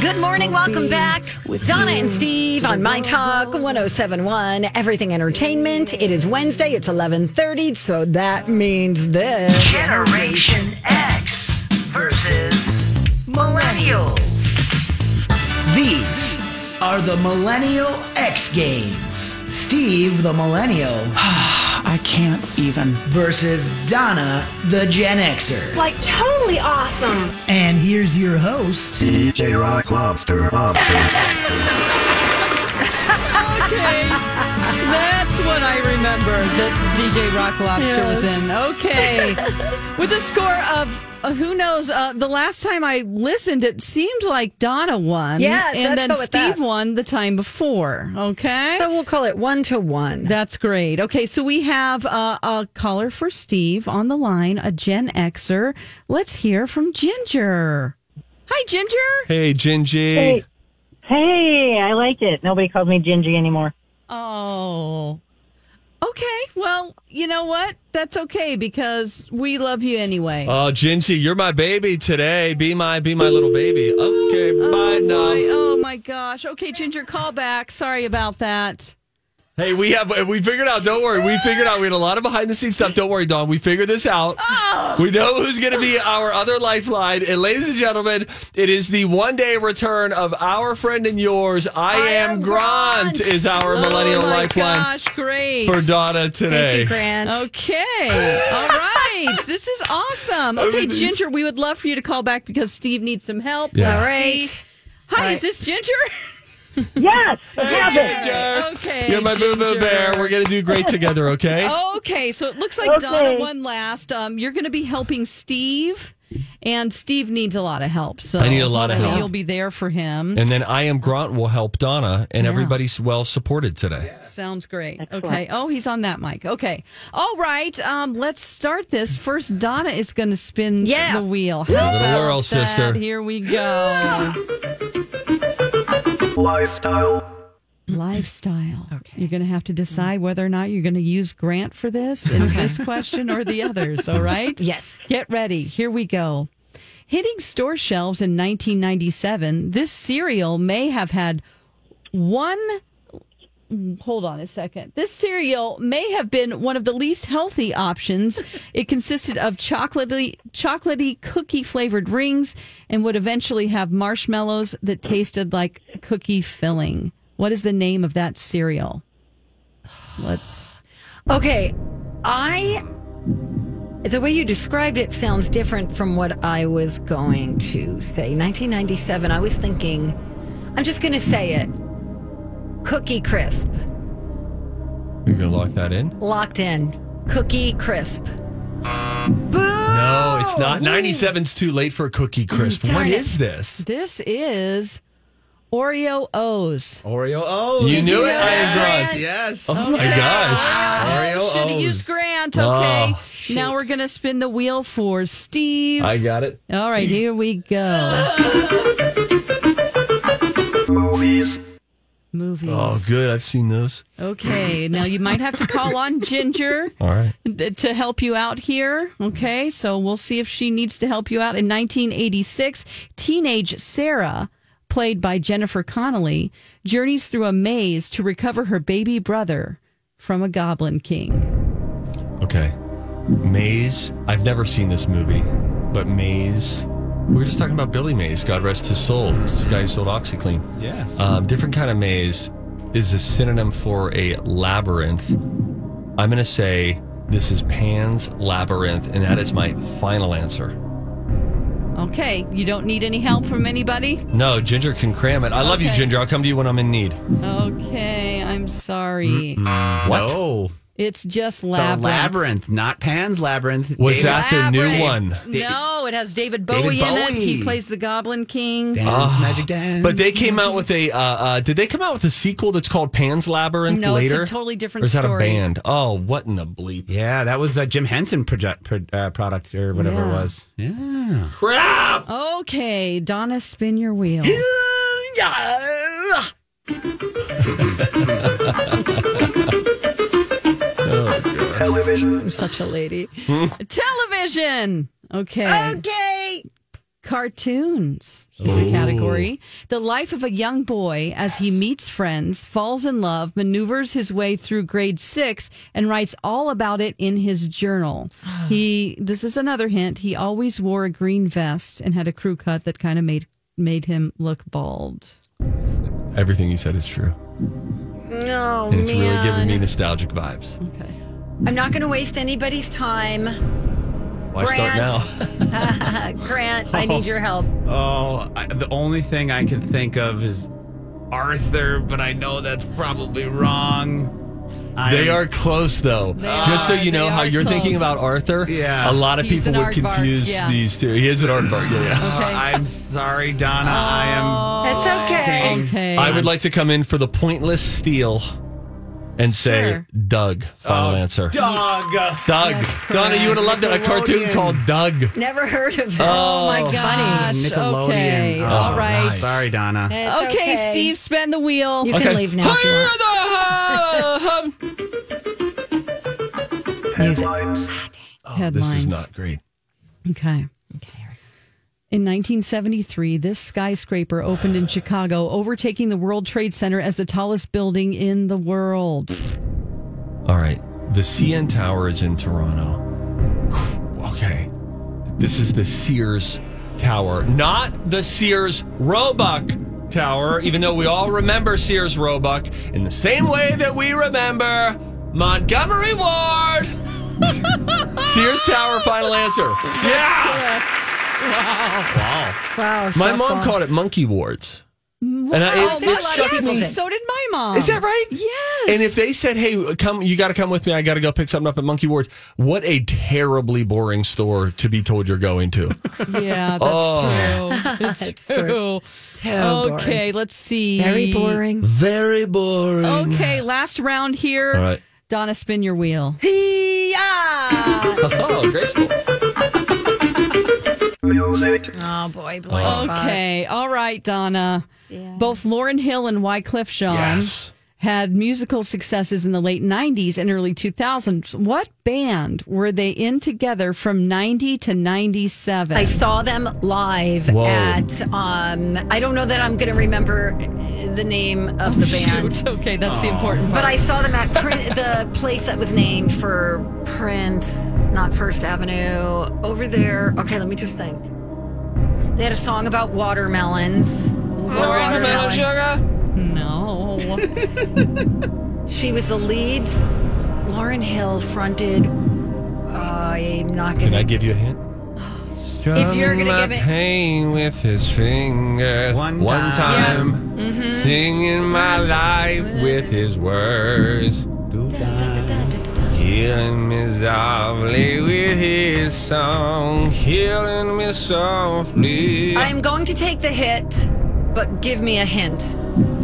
Speaker 1: Good morning. Welcome back with Donna and Steve on My Talk 1071 Everything Entertainment. It is Wednesday. It's 11:30, so that means this.
Speaker 14: Generation X versus Millennials.
Speaker 15: These are the Millennial X Games. Steve, the Millennial. I can't even. Versus Donna, the Gen Xer.
Speaker 14: Like totally awesome.
Speaker 15: And here's your host, DJ Rock Lobster.
Speaker 3: Okay. That's what I remember that DJ Rock Lobster was
Speaker 14: Yes.
Speaker 3: in. Okay. With a score of uh, who knows, uh, the last time I listened, it seemed like Donna won.
Speaker 1: Yes,
Speaker 3: and
Speaker 1: let's
Speaker 3: then
Speaker 1: go with
Speaker 3: Steve
Speaker 1: that.
Speaker 3: won the time before. Okay.
Speaker 1: So we'll call it one to one.
Speaker 3: That's great. Okay, so we have uh, a caller for Steve on the line, a Gen Xer. Let's hear from Ginger. Hi, Ginger.
Speaker 2: Hey, Gingy.
Speaker 16: Hey. Hey, I like it. Nobody calls me Gingy anymore.
Speaker 3: Oh. Okay. Well, you know what? That's okay because we love you anyway.
Speaker 2: Oh, Gingy, you're my baby today. Be my, be my little baby. Okay, bye now.
Speaker 3: Boy, oh my gosh. Okay, Ginger, call back. Sorry about that.
Speaker 2: Hey, we have we figured out. Don't worry, we figured out. We had a lot of behind the scenes stuff. Don't worry, Dawn. We figured this out.
Speaker 3: Oh.
Speaker 2: We know who's going to be our other lifeline. And ladies and gentlemen, it is the one day return of our friend and yours. I, am, Grant, is our millennial
Speaker 3: oh my
Speaker 2: lifeline
Speaker 3: Gosh, great.
Speaker 2: for Donna today.
Speaker 3: Okay. All right. This is awesome. Okay,
Speaker 2: Everything's-
Speaker 3: Ginger, we would love for you to call back because Steve needs some help.
Speaker 2: Yeah.
Speaker 3: Let's
Speaker 2: All
Speaker 1: right.
Speaker 3: see. Hi,
Speaker 1: All right.
Speaker 3: is this Ginger?
Speaker 16: yes.
Speaker 14: Love it.
Speaker 3: Okay.
Speaker 2: You're my boo boo
Speaker 3: Ginger. Oh.
Speaker 2: bear. We're going to do great together, okay?
Speaker 3: Okay, so it looks like Donna won last. Um, you're going to be helping Steve, and Steve needs a lot of help. So
Speaker 2: I need a lot of
Speaker 3: hopefully
Speaker 2: help.
Speaker 3: You'll be there for him.
Speaker 2: And then I am Grant will help Donna, and
Speaker 3: Yeah.
Speaker 2: everybody's well supported today.
Speaker 3: Sounds great.
Speaker 14: Excellent.
Speaker 3: Okay. Oh, he's on that mic. Okay. All right. Um, let's start this. First, Donna is going to spin the wheel.
Speaker 2: Give it a
Speaker 3: about
Speaker 2: whirl,
Speaker 3: that?
Speaker 2: sister.
Speaker 3: Here we go.
Speaker 14: Lifestyle.
Speaker 3: Lifestyle. Okay. You're going to have to decide whether or not you're going to use Grant for this in this question or the others. All right.
Speaker 1: Yes.
Speaker 3: Get ready. Here we go. Hitting store shelves in 1997, this cereal may have had one. Hold on a second. This cereal may have been one of the least healthy options. It consisted of chocolatey, chocolatey cookie flavored rings and would eventually have marshmallows that tasted like cookie filling. What is the name of that cereal? Let's.
Speaker 1: Okay, I. The way you described it sounds different from what I was going to say. 1997, I was thinking, I'm just going to say it Cookie Crisp,
Speaker 2: You're going to lock that in?
Speaker 1: locked in. Cookie Crisp.
Speaker 2: No, it's not. 97's too late for a cookie crisp.
Speaker 3: Darn
Speaker 2: What
Speaker 3: it.
Speaker 2: is this?
Speaker 3: This is Oreo O's.
Speaker 2: Oh,
Speaker 17: Oreo O's.
Speaker 2: You knew it, I am
Speaker 17: Yes.
Speaker 2: Grant.
Speaker 17: yes.
Speaker 2: Oh my gosh.
Speaker 3: Oreo Should have
Speaker 2: O's.
Speaker 3: used Grant.
Speaker 2: Oh,
Speaker 3: Okay. now we're going to spin the wheel for Steve.
Speaker 2: I got it.
Speaker 3: All right, here we go.
Speaker 14: Movies.
Speaker 3: Movies.
Speaker 2: Oh, good. I've seen those.
Speaker 3: Okay. Now you might have to call on Ginger
Speaker 2: All right.
Speaker 3: th- to help you out here. Okay. So we'll see if she needs to help you out. In 1986, teenage Sarah, played by Jennifer Connelly, journeys through a maze to recover her baby brother from a goblin king.
Speaker 2: Okay. Maze. I've never seen this movie, but Maze. We were just talking about Billy Mays. God rest his soul. This is the guy who sold OxyClean.
Speaker 17: Yes.
Speaker 2: Um, different kind of maze is a synonym for a labyrinth. I'm going to say this is Pan's labyrinth, and that is my final answer.
Speaker 3: Okay. You don't need any help from anybody?
Speaker 2: No, Ginger can cram it. I love you,
Speaker 3: Okay.
Speaker 2: Ginger. I'll come to you when I'm in need.
Speaker 3: Okay, I'm sorry.
Speaker 2: What?
Speaker 11: No.
Speaker 3: It's just
Speaker 11: The
Speaker 3: labyrinth.
Speaker 11: Oh, labyrinth. not Pan's labyrinth.
Speaker 2: Was that the new
Speaker 11: David-
Speaker 2: one?
Speaker 3: No, it has David
Speaker 11: David
Speaker 3: Bowie, in it.
Speaker 11: Bowie.
Speaker 3: He plays the Goblin King.
Speaker 2: Ah.
Speaker 11: Magic Dance.
Speaker 2: But they came out with a. Uh, uh, did they come out with a sequel that's called Pan's Labyrinth
Speaker 3: No, it's a
Speaker 2: later?
Speaker 3: totally different
Speaker 2: Or is that
Speaker 3: story.
Speaker 2: a band? Oh, what in the bleep?
Speaker 11: Yeah, that was a Jim Henson project, pro, uh, product or whatever
Speaker 3: Yeah.
Speaker 11: it was. Yeah.
Speaker 2: Crap!
Speaker 3: Okay, Donna, spin your wheel.
Speaker 14: Television.
Speaker 3: I'm such a lady.
Speaker 2: Hmm?
Speaker 3: Television. Okay. Okay. Cartoons is a
Speaker 14: Ooh.
Speaker 3: category. The life of a young boy as he meets friends, falls in love, maneuvers his way through grade six, and writes all about it in his journal. He this is another hint. He always wore a green vest and had a crew cut that kind of made made him look bald.
Speaker 2: Everything you said is true,
Speaker 1: No,
Speaker 2: and it's
Speaker 1: man.
Speaker 2: really giving me nostalgic vibes.
Speaker 1: I'm not going to waste anybody's time.
Speaker 11: Why
Speaker 1: Grant.
Speaker 11: start
Speaker 1: Grant, I need your help.
Speaker 11: now? Oh, I, the only thing I can think of is Arthur, but I know that's probably wrong. I
Speaker 2: they
Speaker 11: am-
Speaker 2: are close, though.
Speaker 11: They
Speaker 2: Just so
Speaker 11: are,
Speaker 2: you know
Speaker 11: they
Speaker 2: how
Speaker 11: are
Speaker 2: you're thinking
Speaker 11: close.
Speaker 2: about Arthur.
Speaker 11: Yeah.
Speaker 2: A lot of
Speaker 11: He's
Speaker 2: people
Speaker 11: an
Speaker 2: would
Speaker 11: aardvark,
Speaker 2: confuse
Speaker 11: yeah.
Speaker 2: these two. He is an aardvark. Yeah.
Speaker 11: Uh, I'm sorry, Donna. I am.
Speaker 1: It's okay.
Speaker 3: Oh, Okay.
Speaker 2: I would like to come in for the pointless steal and say
Speaker 11: Sure.
Speaker 2: Oh, Doug. Final answer.
Speaker 11: Dog.
Speaker 2: Doug.
Speaker 11: That's
Speaker 2: Donna, you would have loved it. A cartoon
Speaker 11: Nickelodeon.
Speaker 2: called Doug.
Speaker 1: Never heard of it.
Speaker 2: Oh, my
Speaker 3: gosh.
Speaker 11: Nickelodeon.
Speaker 3: Okay.
Speaker 11: Oh,
Speaker 3: All right.
Speaker 11: nice. Sorry, Donna.
Speaker 3: Okay, Steve, spin the wheel.
Speaker 1: You can Okay. leave now if you
Speaker 3: Hurry
Speaker 1: want.
Speaker 3: the
Speaker 14: Headlines.
Speaker 2: Oh,
Speaker 3: Headlines.
Speaker 2: great.
Speaker 3: Okay. In 1973, this skyscraper opened in Chicago, overtaking the World Trade Center as the tallest building in the world.
Speaker 2: All right. The CN Tower is in Toronto. Okay. This is the Sears Tower, not the Sears Roebuck Tower, even though we all remember Sears Roebuck in the same way that we remember Montgomery Ward. Sears Tower, final answer. Yeah.
Speaker 3: Wow.
Speaker 2: Wow. My mom called it Monkey Wards. And I,
Speaker 3: oh,
Speaker 2: it,
Speaker 3: my
Speaker 2: it struck
Speaker 3: yes,
Speaker 2: me.
Speaker 3: so did my mom.
Speaker 2: Is that right?
Speaker 3: Yes.
Speaker 2: And if they said, "Hey, come, you got to come with me. I got to go pick something up at Monkey Ward's," what a terribly boring store to be told you're going to.
Speaker 3: Yeah, that's
Speaker 2: Oh.
Speaker 3: true. It's
Speaker 1: true.
Speaker 3: true.
Speaker 1: Terrible.
Speaker 3: Okay, let's see.
Speaker 1: Oh, Very boring.
Speaker 2: Very boring.
Speaker 3: Okay, last round here.
Speaker 2: All right.
Speaker 3: Donna, spin your wheel. Yeah.
Speaker 2: oh, graceful.
Speaker 1: Oh boy, blind spot.
Speaker 3: Okay, all right, Donna. Both Lauren Hill and Wyclef Jean had musical successes in the late 90s and early 2000s. What band were they in together from 90 to 97?
Speaker 1: I saw them live
Speaker 3: Whoa.
Speaker 1: at. Um, I don't know that I'm going to remember the name of the band.
Speaker 3: Shoot. Okay, that's the important part.
Speaker 1: But I saw them at Prin- the place that was named for Prince, not First Avenue, over there. Okay, let me just think. They had a song about watermelons.
Speaker 3: Watermelon No.
Speaker 1: She was the lead. Lauren Hill fronted. I'm not
Speaker 2: Can
Speaker 1: gonna.
Speaker 2: I give you a hint?
Speaker 1: If you're gonna give
Speaker 2: Strumming my
Speaker 1: it-
Speaker 2: pain with his fingers one, time, singing my life with his words, healing me softly with his song, healing me softly.
Speaker 1: I'm going to take the hit, but give me a hint.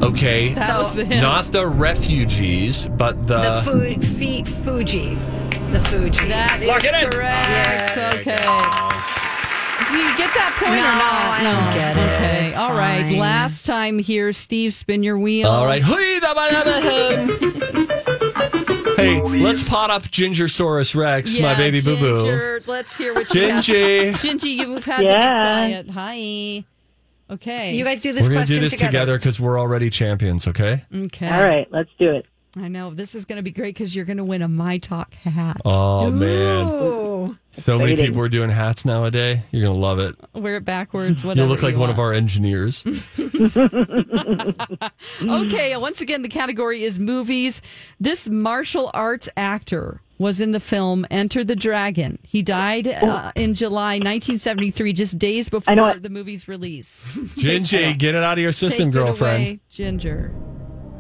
Speaker 2: okay,
Speaker 1: That was the hint.
Speaker 2: not the refugees, but the,
Speaker 3: uh,
Speaker 1: The fu- fi- Fugees. The Fugees.
Speaker 3: That is Lock it in. correct.
Speaker 1: Yeah.
Speaker 3: Okay. Do you get that point
Speaker 1: No,
Speaker 3: or not?
Speaker 1: I don't get it.
Speaker 3: Okay.
Speaker 1: It's
Speaker 3: All right.
Speaker 1: fine.
Speaker 3: Last time here, Steve, spin your wheel.
Speaker 2: All right. Hey, let's pot up Gingersaurus Rex, my
Speaker 3: Yeah,
Speaker 2: baby boo boo.
Speaker 3: Ginger, Let's hear what you
Speaker 2: Gingy.
Speaker 3: have. Gingy, you've had
Speaker 1: Yeah.
Speaker 3: to be quiet. Hi. Okay.
Speaker 1: You guys do
Speaker 2: We're
Speaker 1: this
Speaker 2: gonna
Speaker 1: question
Speaker 2: do this together because we're already champions. Okay.
Speaker 3: Okay.
Speaker 16: All right, let's do it.
Speaker 3: I know this is going to be great because you're going to win a My Talk hat.
Speaker 2: Oh man,
Speaker 1: Ooh.
Speaker 2: so many
Speaker 3: Exciting.
Speaker 2: people are doing hats nowadays. You're gonna love it.
Speaker 3: Wear it backwards. Whatever
Speaker 2: You'll look like
Speaker 3: you
Speaker 2: one
Speaker 3: want.
Speaker 2: of our engineers.
Speaker 3: Okay, once again, the category is movies. This martial arts actor was in the film Enter the Dragon. He died uh, in July 1973, just days
Speaker 16: Oh. I know
Speaker 3: before
Speaker 16: it.
Speaker 3: the movie's release.
Speaker 2: Gingy, get it out of your system,
Speaker 3: Take it
Speaker 2: girlfriend.
Speaker 3: away, Ginger.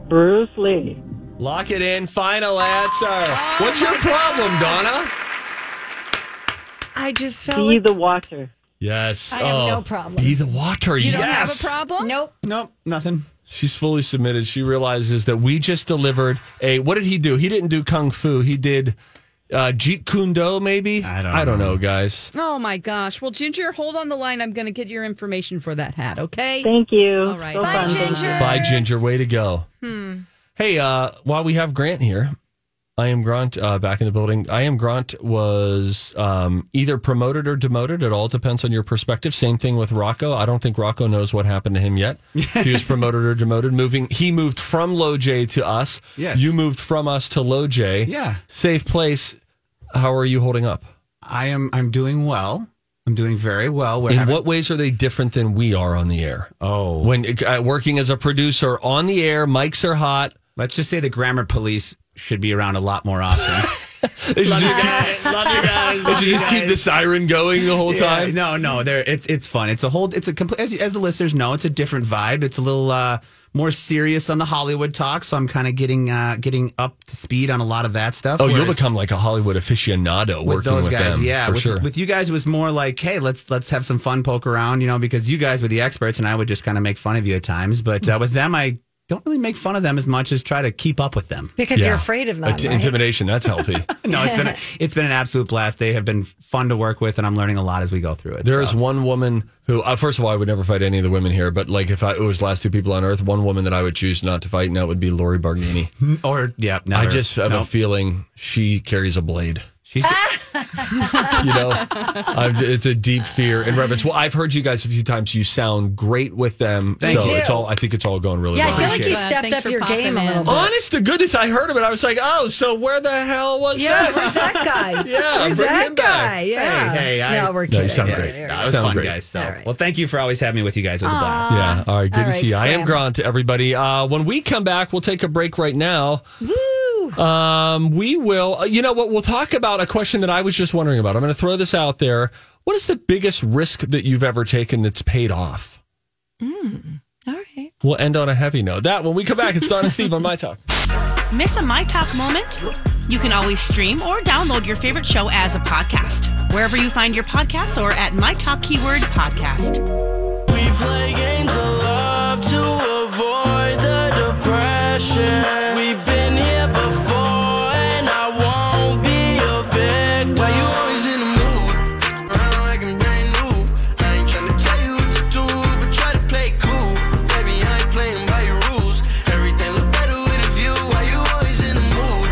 Speaker 16: Bruce Lee.
Speaker 2: Lock it in. Final answer. What's your problem, Donna?
Speaker 1: I just felt
Speaker 16: Be
Speaker 1: like
Speaker 16: the Watcher.
Speaker 2: Yes.
Speaker 1: I have
Speaker 2: Oh,
Speaker 1: no problem.
Speaker 2: Be the water.
Speaker 1: You don't
Speaker 2: yes.
Speaker 1: have a problem? Nope.
Speaker 11: Nope, nothing.
Speaker 2: She's fully submitted. She realizes that we just delivered a. What did he do? He didn't do kung fu. He did uh, Jeet Kune Do, maybe. I don't. I don't know, guys.
Speaker 3: Oh my gosh. Well, Ginger, hold on the line. I'm going to get your information for that hat, okay?
Speaker 16: Thank you.
Speaker 3: All right.
Speaker 16: So
Speaker 3: Bye,
Speaker 16: fun.
Speaker 3: Ginger.
Speaker 2: Bye, Ginger. Way to go.
Speaker 3: Hmm.
Speaker 2: Hey, uh, while we have Grant here, I am Grant uh, back in the building. I am Grant was um, either promoted or demoted. It all depends on your perspective. Same thing with Rocco. I don't think Rocco knows what happened to him yet. he was promoted or demoted. Moving, he moved from Low J to us.
Speaker 11: Yes.
Speaker 2: you moved from us to Low J.
Speaker 11: Yeah.
Speaker 2: safe place. How are you holding up?
Speaker 11: I am. I'm doing well. I'm doing very well. We're
Speaker 2: In
Speaker 11: having-
Speaker 2: what ways are they different than we are on the air?
Speaker 11: Oh,
Speaker 2: When uh, working as a producer on the air, mics are hot.
Speaker 11: let's just say the grammar police should be around a lot more often.
Speaker 2: They should just keep,
Speaker 11: Love you guys.
Speaker 2: they should just keep the siren going the whole
Speaker 11: Oh, Yeah,
Speaker 2: time.
Speaker 11: no, no, there. It's it's fun. It's a whole. It's a complete. As, as the listeners know, it's a different vibe. It's a little uh, more serious on the Hollywood talk. So I'm kind of getting uh, getting up to speed on a lot of that stuff.
Speaker 2: Oh, you'll
Speaker 11: whereas
Speaker 2: become like a Hollywood aficionado
Speaker 11: with
Speaker 2: working
Speaker 11: those
Speaker 2: with
Speaker 11: guys,
Speaker 2: them,
Speaker 11: yeah,
Speaker 2: for
Speaker 11: with,
Speaker 2: sure.
Speaker 11: with you guys it was more like, hey, let's let's have some fun, poke around, you know, because you guys were the experts, and I would just kind of make fun of you at times. But uh, with them, I don't really make fun of them as much as try to keep up with them.
Speaker 1: because you're
Speaker 2: Yeah.
Speaker 1: afraid of them.
Speaker 2: Int-
Speaker 1: right?
Speaker 2: Intimidation, that's healthy.
Speaker 11: No, it's been a, it's been an absolute blast. They have been fun to work with, and I'm learning a lot as we go through it.
Speaker 2: There is
Speaker 11: so.
Speaker 2: one woman who, uh, first of all, I would never fight any of the women here, but like if I, it was the last two people on earth, one woman that I would choose not to fight, and that would be Lori Bargnini.
Speaker 11: or yeah,
Speaker 2: I
Speaker 11: never.
Speaker 2: just have a
Speaker 11: Nope.
Speaker 2: feeling she carries a blade.
Speaker 11: She's
Speaker 1: Ah!
Speaker 2: you know, I'm, it's a deep fear and reverence. Well, I've heard you guys a few times. You sound great with them,
Speaker 11: Thank
Speaker 2: so
Speaker 11: you.
Speaker 2: it's all. I think it's all going really
Speaker 1: Yeah, I
Speaker 2: well.
Speaker 1: feel like you
Speaker 3: Glad.
Speaker 1: stepped
Speaker 3: Thanks
Speaker 1: up
Speaker 3: for
Speaker 1: your
Speaker 3: popping
Speaker 1: game a little
Speaker 3: in.
Speaker 1: bit.
Speaker 2: Honest to goodness, I heard of it. I was like, oh, so where the hell was
Speaker 1: Yeah,
Speaker 2: this?
Speaker 1: where's that guy?
Speaker 2: Yeah,
Speaker 1: where's
Speaker 2: bring
Speaker 1: that
Speaker 2: him back.
Speaker 1: guy? Yeah.
Speaker 11: Hey, hey, I-
Speaker 1: no, we're
Speaker 2: No, you
Speaker 1: kidding.
Speaker 2: sound
Speaker 1: We're
Speaker 2: great.
Speaker 1: kidding.
Speaker 11: That was
Speaker 2: Sounds
Speaker 11: fun,
Speaker 2: great.
Speaker 11: guys. So, well, thank you for always having me with you guys. It was a blast.
Speaker 2: Yeah. All right. Good
Speaker 1: All
Speaker 2: to
Speaker 1: right,
Speaker 2: see you. I am
Speaker 1: Scram.
Speaker 2: Grant, everybody. Uh, when we come back, we'll take a break right now. Woo! Um, we will, uh, you know what? We'll talk about a question that I was just wondering about. I'm going to throw this out there. What is the biggest risk that you've ever taken that's paid off?
Speaker 1: Mm, All right.
Speaker 2: We'll end on a happy note. That when we come back, it's Don and Steve on My Talk.
Speaker 4: Miss a My Talk moment? You can always stream or download your favorite show as a podcast, wherever you find your podcasts or at My Talk Keyword Podcast. We play games of love to avoid the depression. We've been here before, and I won't be a victim. Why you always in the mood? Running like I'm brand new. I ain't trying to tell you what to do, but try to play it cool. Baby, I ain't playing by your rules. Everything look better with a view. Why you always in the mood?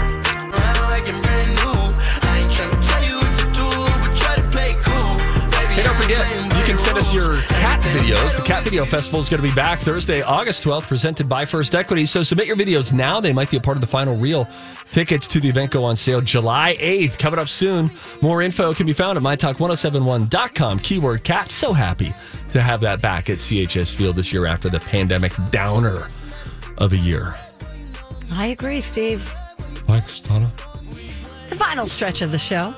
Speaker 4: Running like I'm brand new. I ain't trying to tell you what to do, but try to play it cool. Baby,
Speaker 2: Hey, don't forget, you can send us your cat videos. The Cat Video Festival is going to be back Thursday, August 12th, presented by First Equity. So submit your videos now. They might be a part of the final reel. Tickets to the event go on sale July 8th, coming up soon. More info can be found at mytalk1071.com. Keyword cat. So happy to have that back at CHS Field this year after the pandemic downer of a year.
Speaker 1: I agree, Steve.
Speaker 2: Thanks, Donna.
Speaker 1: The final stretch of the show.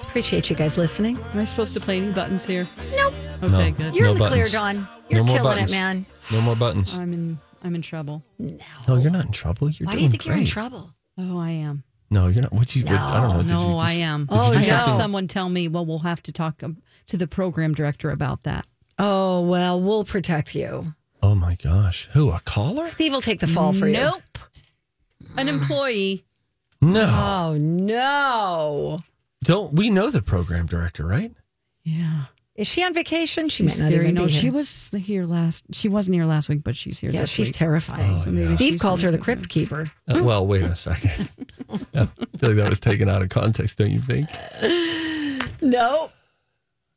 Speaker 1: Appreciate you guys listening.
Speaker 3: Am I supposed to play any buttons here?
Speaker 1: Nope. No.
Speaker 3: Okay, good.
Speaker 1: You're in the clear, Dawn. You're
Speaker 2: more
Speaker 1: killing
Speaker 2: buttons.
Speaker 1: it, man.
Speaker 2: No more buttons.
Speaker 3: I'm in. I'm in trouble.
Speaker 1: No.
Speaker 2: No, Oh, you're not in trouble. You're
Speaker 3: Why do
Speaker 2: doing
Speaker 3: you think
Speaker 2: great.
Speaker 3: you're in trouble? Oh, I am.
Speaker 2: No, you're not. What you? what- I don't know. Did
Speaker 3: no,
Speaker 2: you just-
Speaker 3: I am.
Speaker 2: did you do
Speaker 3: I have
Speaker 2: something-
Speaker 3: someone tell me. Well, we'll have to talk um, to the program director about that.
Speaker 1: Oh, well, we'll protect you.
Speaker 2: Oh my gosh. Who? A caller?
Speaker 1: Steve will take the fall for you.
Speaker 3: Nope. An employee.
Speaker 2: No.
Speaker 1: Oh, no.
Speaker 2: Don't we know the program director, right? Uh,
Speaker 3: Yeah.
Speaker 1: Is she on vacation? She
Speaker 3: She's
Speaker 1: might not
Speaker 3: scary.
Speaker 1: even
Speaker 3: No,
Speaker 1: be
Speaker 3: she
Speaker 1: here.
Speaker 3: was here last. She wasn't here last week, but she's here.
Speaker 1: Yeah,
Speaker 3: this
Speaker 1: she's
Speaker 3: week.
Speaker 1: terrifying.
Speaker 3: So maybe
Speaker 1: Steve
Speaker 3: Oh, she's
Speaker 1: calls her the
Speaker 3: something
Speaker 1: crypt keeper.
Speaker 2: Uh, well, wait a second. I feel like that was taken out of context, don't you think?
Speaker 1: No.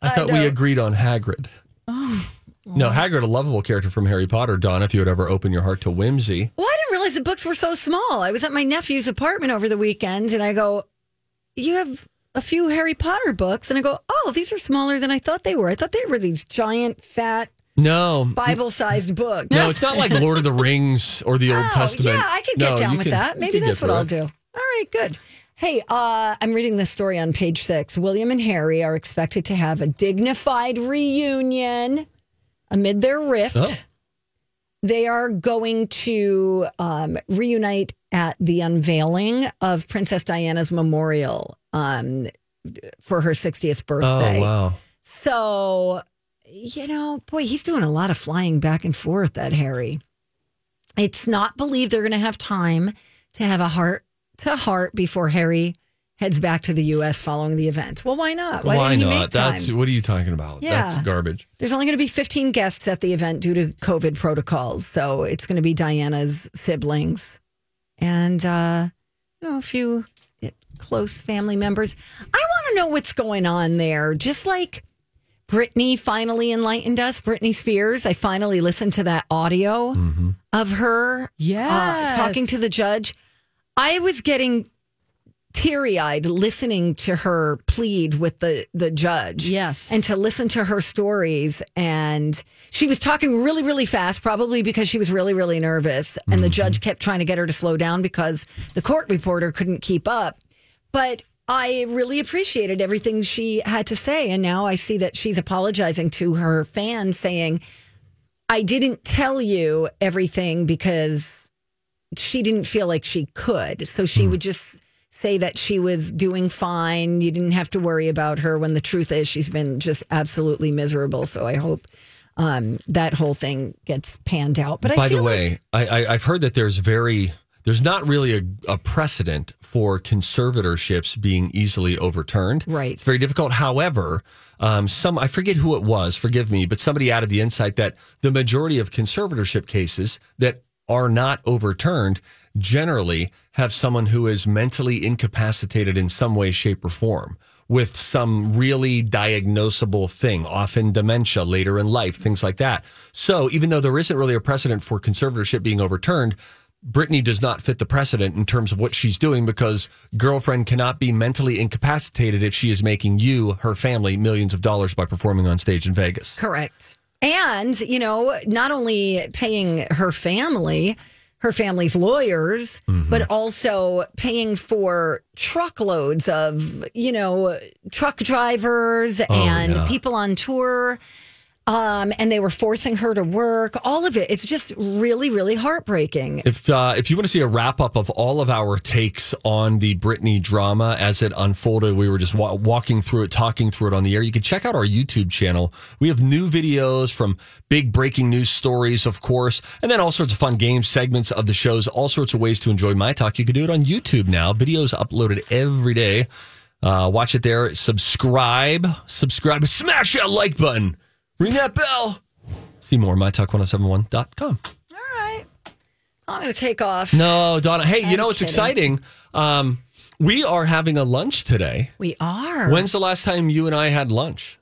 Speaker 2: I thought we agreed on Hagrid.
Speaker 1: Oh.
Speaker 2: No, Hagrid, a lovable character from Harry Potter, Don, if you would ever open your heart to whimsy.
Speaker 1: Well, I didn't realize the books were so small. I was at my nephew's apartment over the weekend and I go, You have a few Harry Potter books. And I go, Oh, these are smaller than I thought they were. I thought they were these giant, fat,
Speaker 2: No.
Speaker 1: Bible sized books.
Speaker 2: No, it's not like Lord of the Rings or the Old
Speaker 1: Oh,
Speaker 2: Testament.
Speaker 1: Yeah, I could get
Speaker 2: No,
Speaker 1: down
Speaker 2: you
Speaker 1: with
Speaker 2: can-
Speaker 1: that.
Speaker 2: you
Speaker 1: Maybe
Speaker 2: can
Speaker 1: that's
Speaker 2: get
Speaker 1: what I'll
Speaker 2: through
Speaker 1: do.
Speaker 2: it.
Speaker 1: All right, good. Hey, uh, I'm reading this story on page six. William and Harry are expected to have a dignified reunion amid their rift.
Speaker 2: Oh.
Speaker 1: They are going to um, reunite at the unveiling of Princess Diana's memorial um, for her 60th birthday.
Speaker 2: Oh, wow.
Speaker 1: So, you know, boy, he's doing a lot of flying back and forth, that Harry. It's not believed they're going to have time to have a heart to heart before Harry heads back to the U.S. following the event. Well, why not? Why,
Speaker 2: Why
Speaker 1: didn't
Speaker 2: not?
Speaker 1: he make time?
Speaker 2: That's what are you talking about?
Speaker 1: Yeah.
Speaker 2: That's garbage.
Speaker 1: There's only going to be 15 guests at the event due to COVID protocols. So it's going to be Diana's siblings and, uh, you know, a few eh, close family members. I want to know what's going on there. Just like Britney finally enlightened us, Britney Spears. I finally listened to that audio of her uh,
Speaker 3: Yes.
Speaker 1: talking to the judge. I was getting teary eyed listening to her plead with the, the judge.
Speaker 3: Yes.
Speaker 1: And to listen to her stories. And she was talking really, really fast, probably because she was really, really nervous. And the judge kept trying to get her to slow down because the court reporter couldn't keep up. But I really appreciated everything she had to say. And now I see that she's apologizing to her fans, saying, I didn't tell you everything because she didn't feel like she could. So she
Speaker 2: Hmm.
Speaker 1: would just say that she was doing fine. You didn't have to worry about her when the truth is she's been just absolutely miserable. So I hope um, that whole thing gets panned out. But
Speaker 2: by
Speaker 1: I feel
Speaker 2: the
Speaker 1: like-
Speaker 2: way, I, I, I've heard that there's very there's not really a, a precedent for conservatorships being easily overturned.
Speaker 1: Right.
Speaker 2: It's very difficult. However, um, some I forget who it was. Forgive me, but somebody added the insight that the majority of conservatorship cases that are not overturned generally have someone who is mentally incapacitated in some way, shape, or form. With some really diagnosable thing, often dementia later in life, things like that. So, even though there isn't really a precedent for conservatorship being overturned, Brittany does not fit the precedent in terms of what she's doing because girlfriend cannot be mentally incapacitated if she is making you, her family, millions of dollars by performing on stage in Vegas.
Speaker 1: Correct. And, you know, not only paying her family, her family's lawyers,
Speaker 2: Mm-hmm.
Speaker 1: but also paying for truckloads of, you know, truck drivers and
Speaker 2: Oh, yeah.
Speaker 1: people on tour. Um, and they were forcing her to work, all of it. It's just really, really heartbreaking.
Speaker 2: If uh, if you want to see a wrap up of all of our takes on the Britney drama as it unfolded, we were just wa- walking through it, talking through it on the air. You can check out our YouTube channel. We have new videos from big breaking news stories, of course, and then all sorts of fun game segments of the shows. All sorts of ways to enjoy my talk. You can do it on YouTube now. Videos uploaded every day. Uh, watch it there. Subscribe, subscribe, smash that like button, ring that bell. See more at mytalk1071.com.
Speaker 1: I'm going to take off.
Speaker 2: No, Donna. Hey, you
Speaker 1: I'm
Speaker 2: know what's
Speaker 1: kidding.
Speaker 2: exciting? Um, we are having a lunch today.
Speaker 1: We are.
Speaker 2: When's the last time you and I had lunch?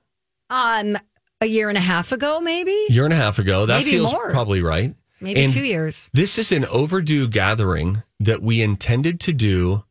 Speaker 1: Um, a year and a half ago, maybe?
Speaker 2: Year and a half ago. That
Speaker 1: Maybe
Speaker 2: feels
Speaker 1: more.
Speaker 2: probably right.
Speaker 1: Maybe
Speaker 2: And
Speaker 1: two years.
Speaker 2: This is an overdue gathering that we intended to do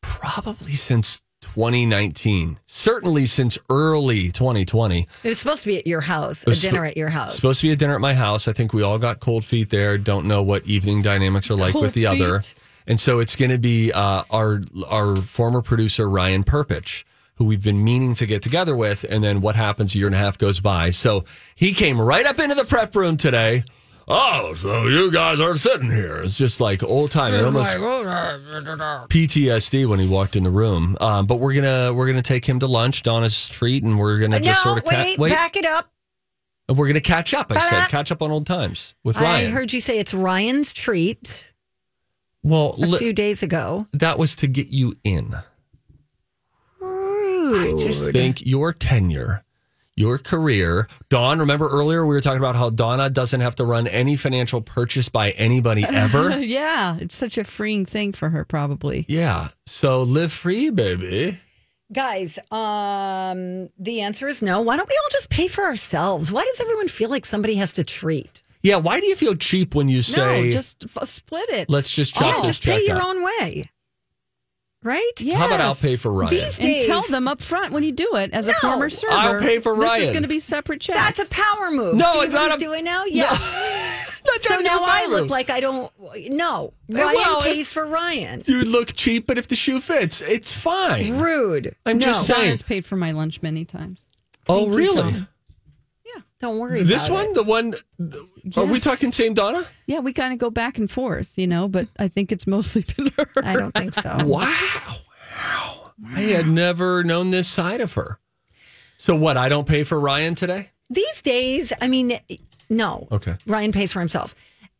Speaker 2: probably since 2019, certainly since early 2020.
Speaker 1: It was supposed to be at your house,
Speaker 2: It
Speaker 1: a
Speaker 2: was
Speaker 1: dinner
Speaker 2: sp-
Speaker 1: at your house.
Speaker 2: Supposed to be a dinner at my house. I think we all got cold feet there. Don't know what evening dynamics are like
Speaker 1: Cold
Speaker 2: with the other. And so it's going to be uh, our our former producer Ryan Perpich, who we've been meaning to get together with. And then what happens? A year and a half goes by. So he came right up into the prep room today. Oh, so you guys are sitting here. It's just like old time. It almost PTSD when he walked in the room. Um, but we're gonna we're gonna take him to lunch, Donna's street, and we're gonna
Speaker 1: Uh, no,
Speaker 2: just sort of ca-
Speaker 1: wait, back it up.
Speaker 2: and we're going to catch up. I said,
Speaker 1: Ta-da.
Speaker 2: catch up on old times with
Speaker 1: I
Speaker 2: Ryan.
Speaker 1: heard you say it's Ryan's treat
Speaker 2: well,
Speaker 1: a
Speaker 2: li-
Speaker 1: few days ago.
Speaker 2: that was to get you in. I just think your tenure, your career. Dawn, remember earlier we were talking about how Donna doesn't have to run any financial purchase by anybody ever?
Speaker 3: yeah, it's such a freeing thing for her, probably.
Speaker 2: yeah. So live free, baby.
Speaker 1: Guys, um, the answer is no. Why don't we all just pay for ourselves? Why does everyone feel like somebody has to treat?
Speaker 2: Yeah. Why do you feel cheap when you say,
Speaker 3: no, just f- split it.
Speaker 2: let's just chop
Speaker 1: yeah,
Speaker 2: this
Speaker 1: just pay
Speaker 2: check
Speaker 1: your
Speaker 2: up?
Speaker 1: own way. Right?
Speaker 3: Yes.
Speaker 2: How about I'll pay for Ryan?
Speaker 1: These
Speaker 3: and
Speaker 1: days-
Speaker 3: tell them up front when you do it as a
Speaker 1: No.
Speaker 3: former server.
Speaker 2: I'll pay for
Speaker 3: This is
Speaker 2: Ryan.
Speaker 3: going to be separate checks.
Speaker 1: That's a power move.
Speaker 2: No,
Speaker 1: See
Speaker 2: it's
Speaker 1: what
Speaker 2: not
Speaker 1: he's
Speaker 2: a-
Speaker 1: doing now?
Speaker 2: No.
Speaker 1: Yeah.
Speaker 2: Not trying
Speaker 1: so
Speaker 2: to do a
Speaker 1: now I
Speaker 2: power move.
Speaker 1: look like I don't. No,
Speaker 2: Well,
Speaker 1: Ryan
Speaker 2: if-
Speaker 1: pays for Ryan.
Speaker 2: You look cheap, but if the shoe fits, it's fine.
Speaker 1: Rude.
Speaker 2: I'm
Speaker 3: no,
Speaker 2: just saying.
Speaker 3: Donna's paid for my lunch many times.
Speaker 2: Oh,
Speaker 3: Thank you,
Speaker 2: really?
Speaker 3: Donna.
Speaker 1: Don't worry.
Speaker 2: This
Speaker 1: about
Speaker 2: one,
Speaker 1: it.
Speaker 2: the one. Are we
Speaker 3: Yes.
Speaker 2: talking same Donna?
Speaker 3: Yeah, we kind of go back and forth, you know, but I think it's mostly been her.
Speaker 1: I don't think so.
Speaker 2: Wow. Wow. I had never known this side of her. So what? I don't pay for Ryan today?
Speaker 1: These days, I mean, no.
Speaker 2: Okay.
Speaker 1: Ryan pays for himself.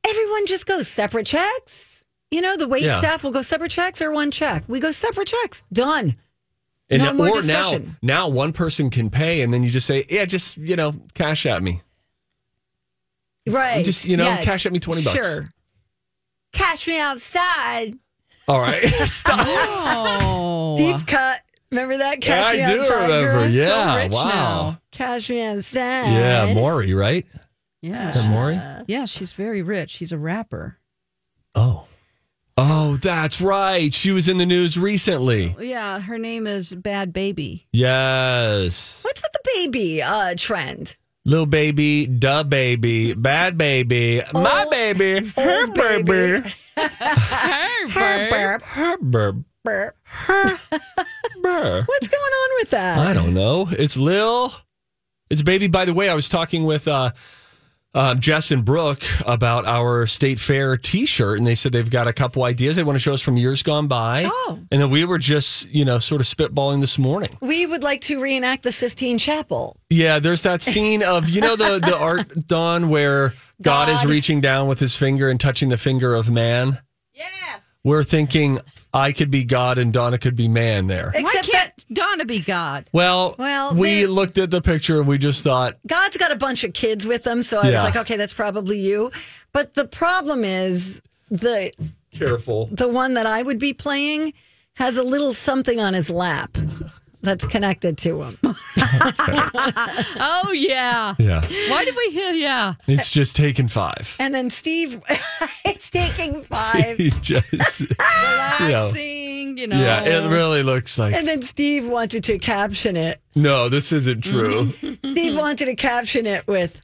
Speaker 1: Everyone just goes separate checks. You know, the wait
Speaker 2: Yeah.
Speaker 1: staff will go separate checks or one check. We go separate checks. Done.
Speaker 2: And
Speaker 1: No more
Speaker 2: or now
Speaker 1: discussion.
Speaker 2: now one person can pay and then you just say, Yeah, just you know, cash at me.
Speaker 1: Right.
Speaker 2: Just, you know,
Speaker 1: Yes.
Speaker 2: cash at me 20 bucks.
Speaker 1: Sure. Cash me outside.
Speaker 2: All right. Stop.
Speaker 1: Deep cut. Remember that?
Speaker 2: Yeah,
Speaker 1: Cash
Speaker 2: I
Speaker 1: me
Speaker 2: do
Speaker 1: outside.
Speaker 2: remember.
Speaker 1: girl.
Speaker 2: Yeah,
Speaker 1: rich
Speaker 2: wow.
Speaker 1: now. Cash me outside.
Speaker 2: Yeah, Maury, right?
Speaker 3: Yeah.
Speaker 2: Is that Maury?
Speaker 3: Yeah, she's very rich. She's a rapper.
Speaker 2: oh. Oh, that's right. She was in the news recently.
Speaker 3: Yeah, her name is Bad Baby.
Speaker 2: Yes.
Speaker 1: What's with the baby uh, trend?
Speaker 2: Little baby, duh baby, bad baby, my
Speaker 1: Oh,
Speaker 2: baby, her baby,
Speaker 1: Her burp.
Speaker 2: her burb,
Speaker 1: burp.
Speaker 2: burr.
Speaker 1: What's going on with that?
Speaker 2: I don't know. It's Lil. It's baby. By the way, I was talking with uh, uh, Jess and Brooke about our state fair T-shirt, and they said they've got a couple ideas they want to show us from years gone by.
Speaker 3: Oh.
Speaker 2: And then we were just, you know, sort of spitballing this morning.
Speaker 1: We would like to reenact the Sistine Chapel.
Speaker 2: Yeah, there's that scene of you know the the art Don where God, is
Speaker 1: God.
Speaker 2: reaching down with his finger and touching the finger of man. Yes. We're thinking I could be God and Donna could be man there.
Speaker 3: Why can't Donna be God?
Speaker 2: Well,
Speaker 1: Well,
Speaker 2: we
Speaker 1: there-
Speaker 2: looked at the picture and we just thought,
Speaker 1: God's got a bunch of kids with him, so I
Speaker 2: Yeah.
Speaker 1: was like, okay, that's probably you. But the problem is the
Speaker 2: careful.
Speaker 1: the one that I would be playing has a little something on his lap that's connected to him.
Speaker 3: Oh, yeah.
Speaker 2: Yeah.
Speaker 3: Why did we hear? Yeah.
Speaker 2: It's just taking five.
Speaker 1: And then Steve, it's taking five.
Speaker 2: He just, you know,
Speaker 3: Sing, you know.
Speaker 2: yeah, it really looks like
Speaker 1: And then Steve wanted to caption it.
Speaker 2: no, this isn't
Speaker 1: Mm-hmm.
Speaker 2: true.
Speaker 1: Steve wanted to caption it with,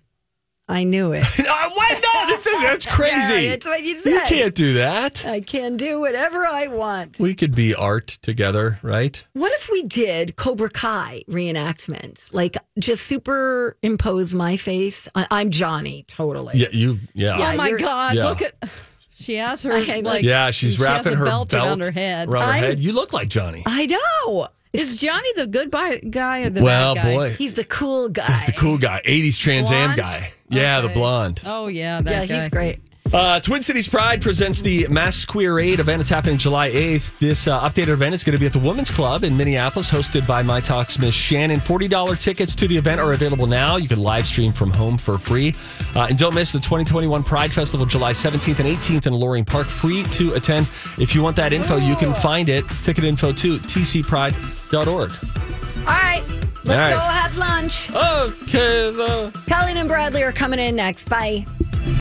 Speaker 1: I knew it.
Speaker 2: uh, No, wait, no, this isn't that's crazy.
Speaker 1: Yeah, that's what you said. Uh,
Speaker 2: You can't do that.
Speaker 1: I can do whatever I want.
Speaker 2: We could be art together, right?
Speaker 1: What if we did Cobra Kai reenactment? Like, just superimpose my face. I- I'm Johnny, totally.
Speaker 2: Yeah, you. Yeah.
Speaker 3: oh my God!
Speaker 2: Yeah.
Speaker 3: Look at. She has her
Speaker 1: I know.
Speaker 3: like.
Speaker 2: yeah, she's
Speaker 3: she
Speaker 2: wrapping
Speaker 3: has a
Speaker 2: her
Speaker 3: belt,
Speaker 2: belt,
Speaker 3: around her head.
Speaker 2: around her
Speaker 3: I'm-
Speaker 2: head. You look like Johnny.
Speaker 1: I know.
Speaker 3: Is Johnny the good bi- guy or the
Speaker 2: Well,
Speaker 3: bad guy?
Speaker 2: boy.
Speaker 1: He's the cool guy.
Speaker 2: He's the cool guy, '80s Trans Am
Speaker 3: Blonde?
Speaker 2: guy. Yeah, the blonde.
Speaker 3: Oh yeah, that
Speaker 1: yeah, he's
Speaker 3: guy.
Speaker 1: great.
Speaker 2: Uh, Twin Cities Pride presents the Masquerade event. It's happening July 8th. This uh, updated event is going to be at the Women's Club in Minneapolis, hosted by My Talk's Miss Shannon. $40 tickets to the event are available now. You can live stream from home for free. Uh, and don't miss the 2021 Pride Festival, July 17th and 18th in Loring Park. Free to attend. If you want that info, you can find it. Ticket info to tcpride.org.
Speaker 1: All right, let's
Speaker 2: All right.
Speaker 1: go have lunch.
Speaker 2: Okay, though.
Speaker 1: Colleen and Bradley are coming in next. Bye.